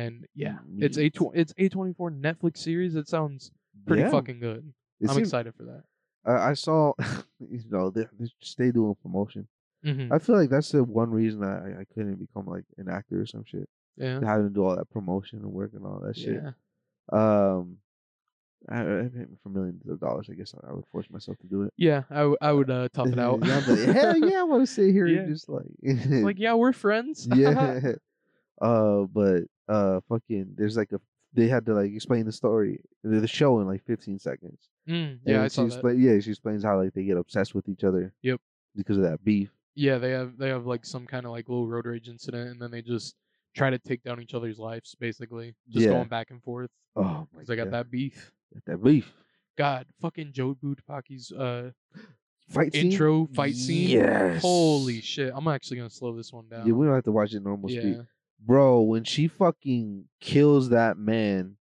Speaker 2: and yeah, it's a
Speaker 1: Meat.
Speaker 2: tw- it's a twenty four Netflix series. It sounds pretty
Speaker 1: Yeah.
Speaker 2: fucking good.
Speaker 1: It
Speaker 2: I'm
Speaker 1: seems-
Speaker 2: excited for that.
Speaker 1: Uh, I saw, you know, they, they stay doing promotion.
Speaker 2: Mhm.
Speaker 1: I feel like that's the one reason I, I couldn't become like an actor or some shit.
Speaker 2: Yeah.
Speaker 1: Having to do all that promotion and work and all that shit.
Speaker 2: Yeah.
Speaker 1: Um, I, I mean, for millions of dollars, I guess I would force myself to do it.
Speaker 2: Yeah. I, w- I would uh, top it out.
Speaker 1: Yeah, I'm like, Hell yeah, I want to sit here
Speaker 2: Yeah.
Speaker 1: and just like,
Speaker 2: like yeah, we're friends.
Speaker 1: yeah. Uh, but uh, fucking, there's like a they had to like explain the story, the, the show in like 15 seconds.
Speaker 2: Mm,
Speaker 1: And
Speaker 2: yeah. I
Speaker 1: she
Speaker 2: saw that.
Speaker 1: explain- yeah, she explains how like they get obsessed with each other.
Speaker 2: Yep.
Speaker 1: Because of that beef.
Speaker 2: Yeah, they have they have like some kind of like little road rage incident, and then they just try to take down each other's lives, basically, just
Speaker 1: Yeah.
Speaker 2: going back and forth
Speaker 1: Oh my
Speaker 2: because they got
Speaker 1: God.
Speaker 2: that beef.
Speaker 1: Got that beef.
Speaker 2: God, fucking Joe Buttapaki's uh
Speaker 1: Fight scene?
Speaker 2: intro fight scene.
Speaker 1: Yes.
Speaker 2: Holy shit! I'm actually gonna slow this one down.
Speaker 1: Yeah, we don't have to watch it normal
Speaker 2: yeah.
Speaker 1: speed. Bro, when she fucking kills that man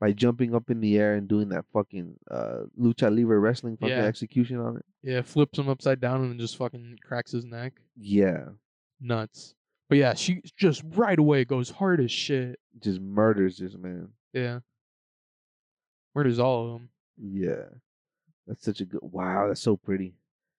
Speaker 1: by jumping up in the air and doing that fucking uh lucha libre wrestling fucking
Speaker 2: Yeah.
Speaker 1: execution on it.
Speaker 2: Yeah, flips him upside down and then just fucking cracks his neck.
Speaker 1: Yeah.
Speaker 2: Nuts. But yeah, she just right away goes hard as shit.
Speaker 1: Just murders this man.
Speaker 2: Yeah. Murders all of them.
Speaker 1: Yeah. That's such a good wow, that's so pretty.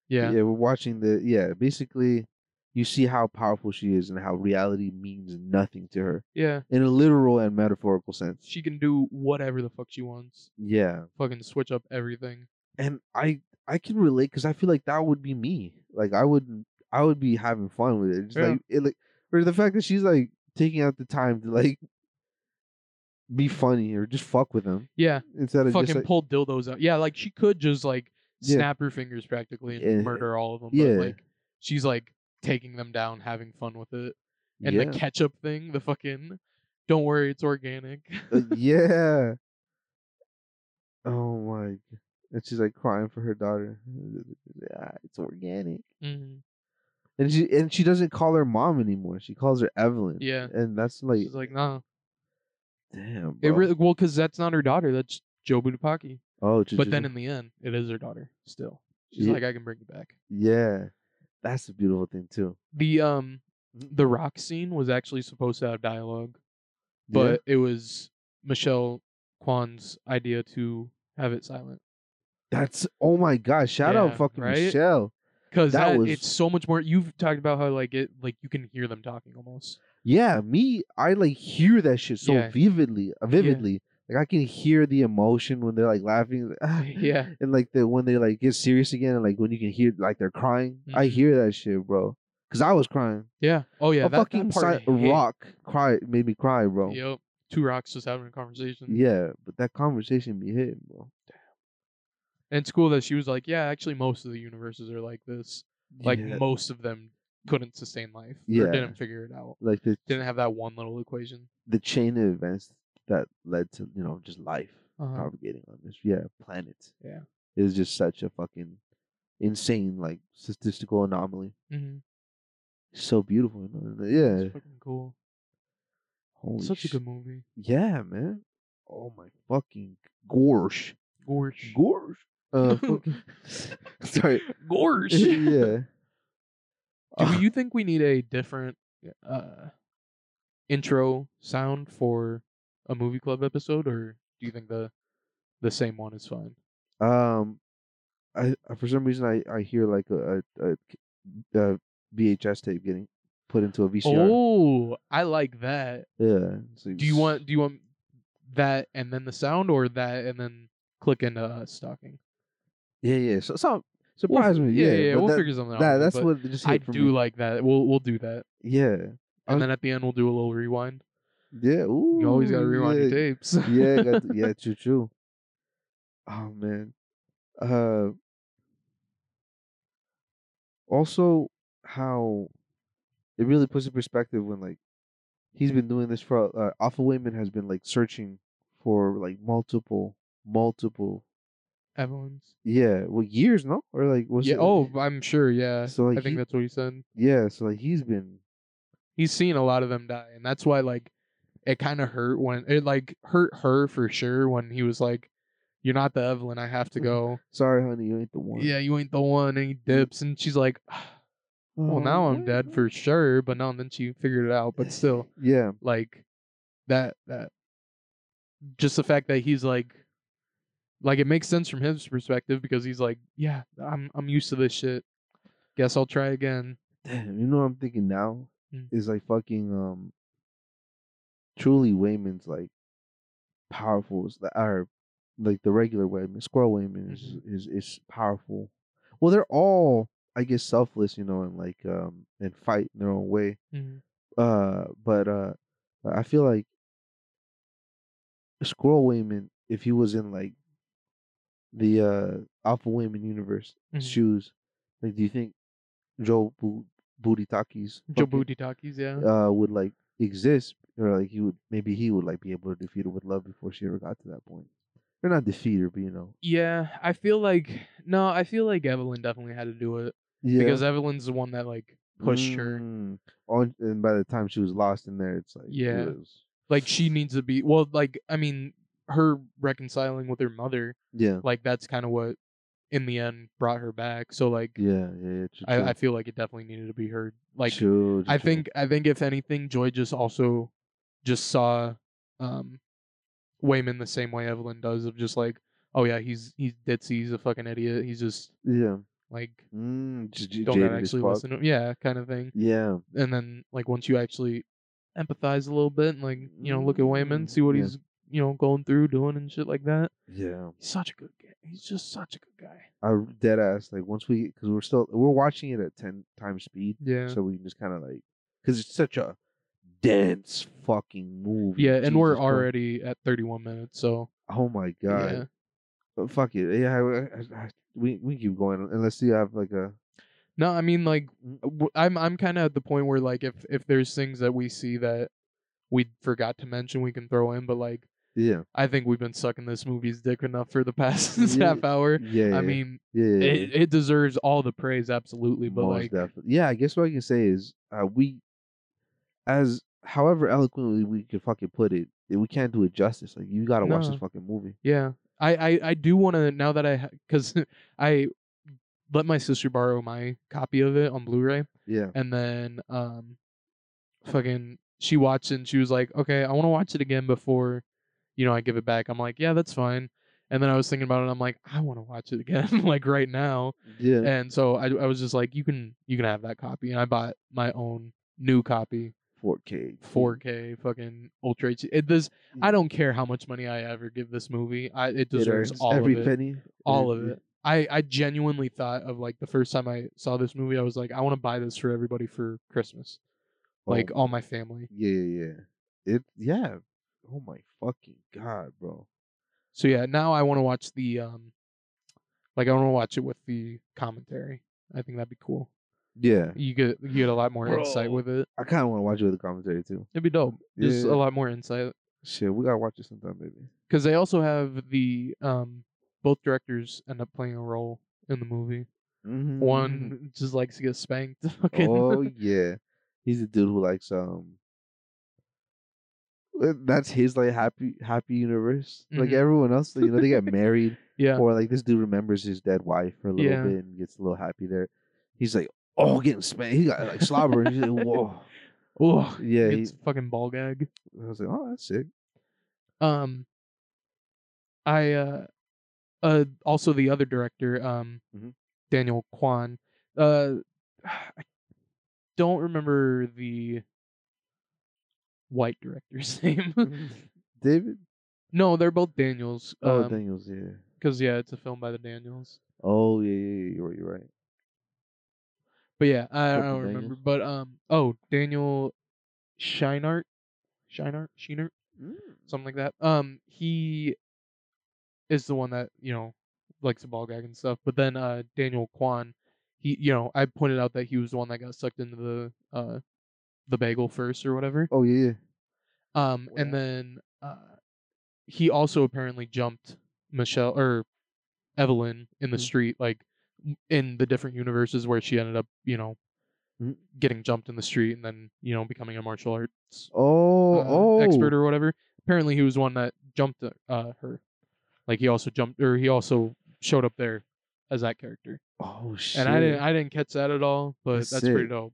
Speaker 2: Yeah.
Speaker 1: Yeah, we're watching the yeah, basically you see how powerful she is and how reality means nothing to her
Speaker 2: Yeah.
Speaker 1: in a literal and metaphorical sense.
Speaker 2: She can do whatever the fuck she wants.
Speaker 1: Yeah.
Speaker 2: Fucking switch up everything.
Speaker 1: And I I can relate cuz I feel like that would be me. Like I would I would be having fun with it. Just
Speaker 2: Yeah.
Speaker 1: like it like or the fact that she's like taking out the time to like be funny or just fuck with him
Speaker 2: Yeah.
Speaker 1: instead of
Speaker 2: fucking
Speaker 1: just like,
Speaker 2: pull dildos out. Yeah, like she could just like
Speaker 1: Yeah.
Speaker 2: snap her fingers practically and
Speaker 1: Yeah.
Speaker 2: murder all of them.
Speaker 1: Yeah.
Speaker 2: But like she's like taking them down, having fun with it. And
Speaker 1: yeah.
Speaker 2: the ketchup thing, the fucking don't worry, it's organic.
Speaker 1: Uh, yeah. Oh my. g- And she's like crying for her daughter. Ah, It's organic.
Speaker 2: Mhm.
Speaker 1: And she and she doesn't call her mom anymore. She calls her Evelyn.
Speaker 2: Yeah.
Speaker 1: And that's like,
Speaker 2: She's like, nah.
Speaker 1: damn. Bro.
Speaker 2: It really well because that's not her daughter. That's Joe Budapaki.
Speaker 1: oh, ju-
Speaker 2: But
Speaker 1: ju-
Speaker 2: then
Speaker 1: ju-
Speaker 2: in the end, it is her daughter. Still, she's
Speaker 1: Yeah.
Speaker 2: like, I can bring it back.
Speaker 1: yeah, that's a beautiful thing too.
Speaker 2: The um,
Speaker 1: Mm-hmm.
Speaker 2: the rock scene was actually supposed to have dialogue, but it was Michelle Kwan's idea to have it silent
Speaker 1: yeah. that's oh my god! Shout out
Speaker 2: Yeah,
Speaker 1: fucking
Speaker 2: right?
Speaker 1: Michelle.
Speaker 2: because
Speaker 1: That
Speaker 2: that,
Speaker 1: was-
Speaker 2: it's so much more. You've talked about how like it like you can hear them talking almost.
Speaker 1: Yeah, me, I like hear that shit so
Speaker 2: Yeah.
Speaker 1: vividly, uh, vividly. Like I can hear the emotion when they're like laughing, like, "Ah,"
Speaker 2: Yeah.
Speaker 1: and like the when they like get serious again, and like when you can hear like they're crying. I
Speaker 2: Mhm.
Speaker 1: hear that shit, bro. Cause I was crying.
Speaker 2: Yeah. Oh yeah.
Speaker 1: a
Speaker 2: that, that
Speaker 1: fucking
Speaker 2: part I
Speaker 1: si-
Speaker 2: hate.
Speaker 1: rock cry made me cry, bro.
Speaker 2: Yep. Two rocks just having a conversation.
Speaker 1: Yeah, but that conversation be hitting, bro.
Speaker 2: And it's cool that she was like, yeah, actually, most of the universes are like this. like
Speaker 1: yeah,
Speaker 2: most of them couldn't sustain life
Speaker 1: Yeah.
Speaker 2: or didn't figure it out
Speaker 1: like the
Speaker 2: didn't have that one little equation
Speaker 1: the chain of events that led to you know just life
Speaker 2: Uh-huh.
Speaker 1: propagating on this yeah planet.
Speaker 2: Yeah.
Speaker 1: is just such a fucking insane like statistical anomaly.
Speaker 2: mm-hmm.
Speaker 1: so beautiful. you know, uh, Yeah.
Speaker 2: it's fucking cool
Speaker 1: Holy
Speaker 2: such a
Speaker 1: sh-
Speaker 2: good movie
Speaker 1: Yeah, man. Oh my fucking gorsh.
Speaker 2: gorge
Speaker 1: Gorsh. Uh, fucking- Sorry.
Speaker 2: gorge do
Speaker 1: yeah. Uh,
Speaker 2: you think we need a different uh intro sound for a movie club episode or do you think the the same one is fine
Speaker 1: um, I, I for some reason I I hear like a a, a, a VHS tape getting put into a VCR.
Speaker 2: oh i like that
Speaker 1: Yeah. it's like
Speaker 2: do you
Speaker 1: s-
Speaker 2: want do you want that and then the sound or that and then click into uh, stalking
Speaker 1: Yeah, yeah. So, so
Speaker 2: We'll
Speaker 1: surprise
Speaker 2: fi-
Speaker 1: me.
Speaker 2: Yeah,
Speaker 1: Yeah,
Speaker 2: yeah,
Speaker 1: but
Speaker 2: we'll
Speaker 1: that,
Speaker 2: figure something out.
Speaker 1: that-
Speaker 2: with it,
Speaker 1: that's
Speaker 2: but
Speaker 1: what it just hit
Speaker 2: I
Speaker 1: for
Speaker 2: do
Speaker 1: me. Uh,
Speaker 2: like that. We'll we'll do that,
Speaker 1: Yeah.
Speaker 2: and
Speaker 1: was-
Speaker 2: then at the end we'll do a little rewind.
Speaker 1: Yeah. Ooh,
Speaker 2: You always gotta rewind
Speaker 1: yeah.
Speaker 2: your tapes.
Speaker 1: yeah, got th- yeah, true, true. Oh man. Uh, also, how it really puts in perspective when like he's been doing this for uh, Alpha Wayman has been like searching for like multiple, multiple,
Speaker 2: Evelyn's.
Speaker 1: yeah, well, years, no, or like was
Speaker 2: Yeah.
Speaker 1: it?
Speaker 2: Oh, I'm sure. Yeah.
Speaker 1: So, like,
Speaker 2: I think
Speaker 1: he-
Speaker 2: that's what he said.
Speaker 1: yeah. So like he's been
Speaker 2: He's seen a lot of them die, and that's why like it kind of hurt when it like hurt her for sure when he was like, "You're not the Evelyn. I have to go."
Speaker 1: sorry, honey, you ain't the one.
Speaker 2: Mm-hmm. Yeah, you ain't the one. And he dips, and she's like, "Ah,
Speaker 1: Oh,
Speaker 2: "Well, now I'm dead for sure." But no, and then she figured it out. But still.
Speaker 1: Yeah,
Speaker 2: like that that just the fact that he's like Like it makes sense from his perspective because he's like, yeah, I'm I'm used to this shit. Guess I'll try again.
Speaker 1: Damn, you know what I'm thinking now
Speaker 2: Mm.
Speaker 1: is like fucking um. Truly, Wayman's like powerful as the or like the regular Wayman. Squirrel Wayman is is is powerful. Well, they're all I guess selfless, you know, and like um and fight in their own way.
Speaker 2: Mhm.
Speaker 1: Uh, but uh, I feel like Squirrel Wayman, if he was in like the uh Alpha Wayman universe
Speaker 2: Mhm.
Speaker 1: shoes, like, do you think Joe Bu- Buritaki's
Speaker 2: Joe
Speaker 1: fucking,
Speaker 2: Booty Takis, yeah.
Speaker 1: uh would like exist, or like he would maybe he would like be able to defeat her with love before she ever got to that point? Or not defeat her, but you know,
Speaker 2: Yeah, I feel like no, I feel like Evelyn definitely had to do it
Speaker 1: yeah,
Speaker 2: because Evelyn's the one that like pushed her.
Speaker 1: Mm. On and by the time she was lost in there, it's like it
Speaker 2: Yeah.
Speaker 1: was-
Speaker 2: Like she needs to be well, like I mean, her reconciling with her mother,
Speaker 1: yeah,
Speaker 2: like that's kind of what in the end brought her back. So like
Speaker 1: yeah, yeah. yeah true, true.
Speaker 2: I, I feel like it definitely needed to be her. Like
Speaker 1: True, true,
Speaker 2: I
Speaker 1: true.
Speaker 2: think I think if anything, Joy just also just saw um Wayman the same way Evelyn does of just like, oh yeah, he's he's ditzy, he's a fucking idiot, he's just
Speaker 1: yeah.
Speaker 2: like
Speaker 1: Mm, j- j-
Speaker 2: don't
Speaker 1: jaded
Speaker 2: gotta
Speaker 1: as
Speaker 2: actually
Speaker 1: fuck.
Speaker 2: listen to him. Yeah, kind of thing.
Speaker 1: Yeah,
Speaker 2: And then like once you actually empathize a little bit and like, you know, look at Wayman, see what
Speaker 1: Mm, Yeah.
Speaker 2: he's you know, going through, doing and shit like that.
Speaker 1: yeah.
Speaker 2: He's such a good guy. He's just such a good guy.
Speaker 1: I r- dead ass like once we because we're still we're watching it at ten times speed,
Speaker 2: Yeah.
Speaker 1: so we can just kind of like because it's such a dense fucking movie.
Speaker 2: yeah, and we're
Speaker 1: Jesus Christ.
Speaker 2: already at thirty one minutes, so
Speaker 1: Oh my god!
Speaker 2: yeah.
Speaker 1: But fuck it. Yeah, I, I, I, we we keep going unless you have like a
Speaker 2: No, I mean like
Speaker 1: Mm.
Speaker 2: w- I'm I'm kind of at the point where like if if there's things that we see that we forgot to mention, we can throw in. But like
Speaker 1: yeah
Speaker 2: I think we've been sucking this movie's dick enough for the past
Speaker 1: Yeah,
Speaker 2: half hour.
Speaker 1: yeah. yeah,
Speaker 2: I mean,
Speaker 1: yeah, yeah, yeah.
Speaker 2: it, it deserves all the praise, absolutely. But
Speaker 1: Most
Speaker 2: like,
Speaker 1: definitely. yeah, I guess what I can say is uh, we, as however eloquently we can fucking put it, eh, we can't do it justice. Like you got to watch
Speaker 2: No.
Speaker 1: this fucking movie.
Speaker 2: yeah, I I, I do want to now that I because I let my sister borrow my copy of it on Blu-ray.
Speaker 1: Yeah,
Speaker 2: and then um fucking she watched it and she was like okay i want to watch it again before you know i give it back i'm like yeah that's fine and then i was thinking about it and i'm like i want to watch it again like right now
Speaker 1: yeah.
Speaker 2: and so I, I was just like you can you can have that copy and i bought my own new copy
Speaker 1: 4K,
Speaker 2: 4k fucking ultra hd it does i don't care how much money i ever give this movie i it
Speaker 1: It
Speaker 2: deserves
Speaker 1: earns
Speaker 2: all
Speaker 1: every
Speaker 2: of it
Speaker 1: penny.
Speaker 2: all of it. I, I genuinely thought of like the first time I saw this movie, I was like, I want to buy this for everybody for Christmas,
Speaker 1: Oh,
Speaker 2: like all my family.
Speaker 1: yeah, yeah, yeah. It yeah. Oh my fucking god, bro.
Speaker 2: So yeah, now I want to watch the um, like I want to watch it with the commentary. I think that'd be cool.
Speaker 1: Yeah,
Speaker 2: You get you get a lot more insight
Speaker 1: Bro.
Speaker 2: with it.
Speaker 1: I kind of want to watch it with the commentary too.
Speaker 2: It'd be dope. Just
Speaker 1: Yeah.
Speaker 2: a lot more insight
Speaker 1: Shit, we gotta watch it sometime, baby.
Speaker 2: because they also have the um, both directors end up playing a role in the movie.
Speaker 1: Mhm.
Speaker 2: One just likes to get spanked. fucking-
Speaker 1: Oh yeah, he's a dude who likes um. uh, That's his like happy happy universe. Like
Speaker 2: Mhm.
Speaker 1: everyone else, you know, they get married,
Speaker 2: yeah.
Speaker 1: or like this dude remembers his dead wife for a little
Speaker 2: Yeah.
Speaker 1: bit and gets a little happy there. He's like, oh, getting spanked. He got like slobbered. He's like, whoa.
Speaker 2: Oh,
Speaker 1: Yeah, he,
Speaker 2: it's fucking ball gag.
Speaker 1: I was like, oh, that's sick.
Speaker 2: Um, I uh, uh, also the other director, um,
Speaker 1: Mhm.
Speaker 2: Daniel Kwan. Uh, I don't remember the white director's name.
Speaker 1: Mm-hmm. David.
Speaker 2: no, they're both Daniels.
Speaker 1: Oh,
Speaker 2: Um,
Speaker 1: Daniels. Yeah.
Speaker 2: because yeah, it's a film by the Daniels.
Speaker 1: Oh yeah, yeah, yeah, you're right. You're right.
Speaker 2: But yeah, I, I
Speaker 1: Couple
Speaker 2: don't remember.
Speaker 1: Daniels.
Speaker 2: But um, oh, Daniel Scheinert, Scheinert, Scheinert. something like that. Um, he is the one that you know likes the ball gag and stuff. But then uh, Daniel Kwan, he you know I pointed out that he was the one that got sucked into the uh the bagel first or whatever.
Speaker 1: Oh yeah, yeah.
Speaker 2: Um,
Speaker 1: Wow.
Speaker 2: and then uh, he also apparently jumped Michelle or Evelyn in the
Speaker 1: Mm.
Speaker 2: street, like m- in the different universes where she ended up, you know.
Speaker 1: Mm.
Speaker 2: Getting jumped in the street and then you know becoming a martial arts
Speaker 1: Oh,
Speaker 2: uh,
Speaker 1: oh.
Speaker 2: expert or whatever. Apparently, he was one that jumped uh, uh, her. Like he also jumped, or he also showed up there as that character.
Speaker 1: oh shit.
Speaker 2: And I didn't, I didn't catch that at all. But
Speaker 1: That's
Speaker 2: that's, pretty
Speaker 1: sick.
Speaker 2: dope.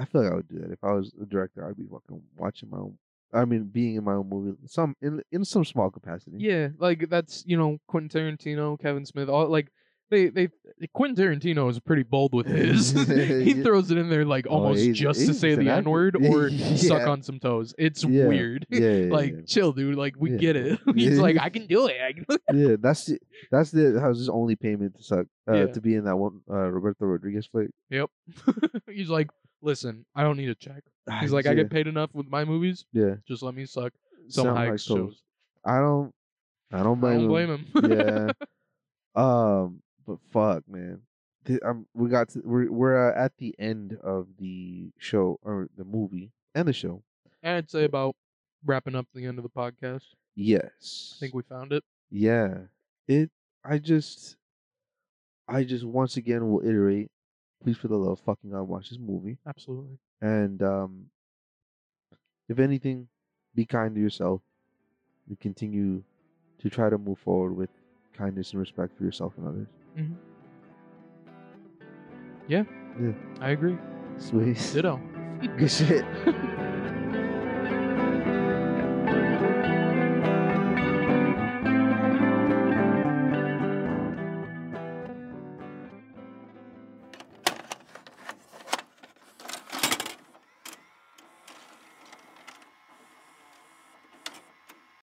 Speaker 1: I feel like I would do that if I was a director. I'd be fucking watching my own I mean, being in my own movie, some in in some small capacity.
Speaker 2: Yeah, like that's you know Quentin Tarantino, Kevin Smith, all like they they Quentin Tarantino is pretty bold with his. he
Speaker 1: Yeah.
Speaker 2: throws it in there like
Speaker 1: Oh,
Speaker 2: almost
Speaker 1: he's-
Speaker 2: just to
Speaker 1: he's
Speaker 2: say
Speaker 1: an
Speaker 2: the
Speaker 1: actor.
Speaker 2: N word or
Speaker 1: Yeah.
Speaker 2: suck on some toes. It's
Speaker 1: Yeah.
Speaker 2: weird.
Speaker 1: Yeah, yeah, yeah,
Speaker 2: like chill, dude. Like we
Speaker 1: Yeah.
Speaker 2: get it.
Speaker 1: Yeah.
Speaker 2: He's like, I can do it. I can do it."
Speaker 1: yeah. yeah, that's the, that's the how's his only payment to suck uh,
Speaker 2: Yeah.
Speaker 1: to be in that one uh, Roberto Rodriguez flick.
Speaker 2: He's like, listen, I don't need a check.
Speaker 1: Ah,
Speaker 2: He's like, I
Speaker 1: yeah,
Speaker 2: get paid enough with my movies.
Speaker 1: yeah.
Speaker 2: Just let me suck some
Speaker 1: Some
Speaker 2: high
Speaker 1: high souls.
Speaker 2: shows.
Speaker 1: I don't I don't
Speaker 2: I
Speaker 1: blame
Speaker 2: don't
Speaker 1: him.
Speaker 2: blame him.
Speaker 1: yeah. Um, but fuck, man. Th- um, we got to, we're we're uh, at the end of the show or the movie and the show.
Speaker 2: and I'd say about wrapping up the end of the podcast.
Speaker 1: Yes.
Speaker 2: I think we found it.
Speaker 1: yeah. It. I just. I just once again will iterate. Please, for the love, of fucking God, watch this movie.
Speaker 2: Absolutely.
Speaker 1: And um, if anything, be kind to yourself. And continue to try to move forward with kindness and respect for yourself and others.
Speaker 2: I agree.
Speaker 1: Sweet.
Speaker 2: Ditto.
Speaker 1: Good shit.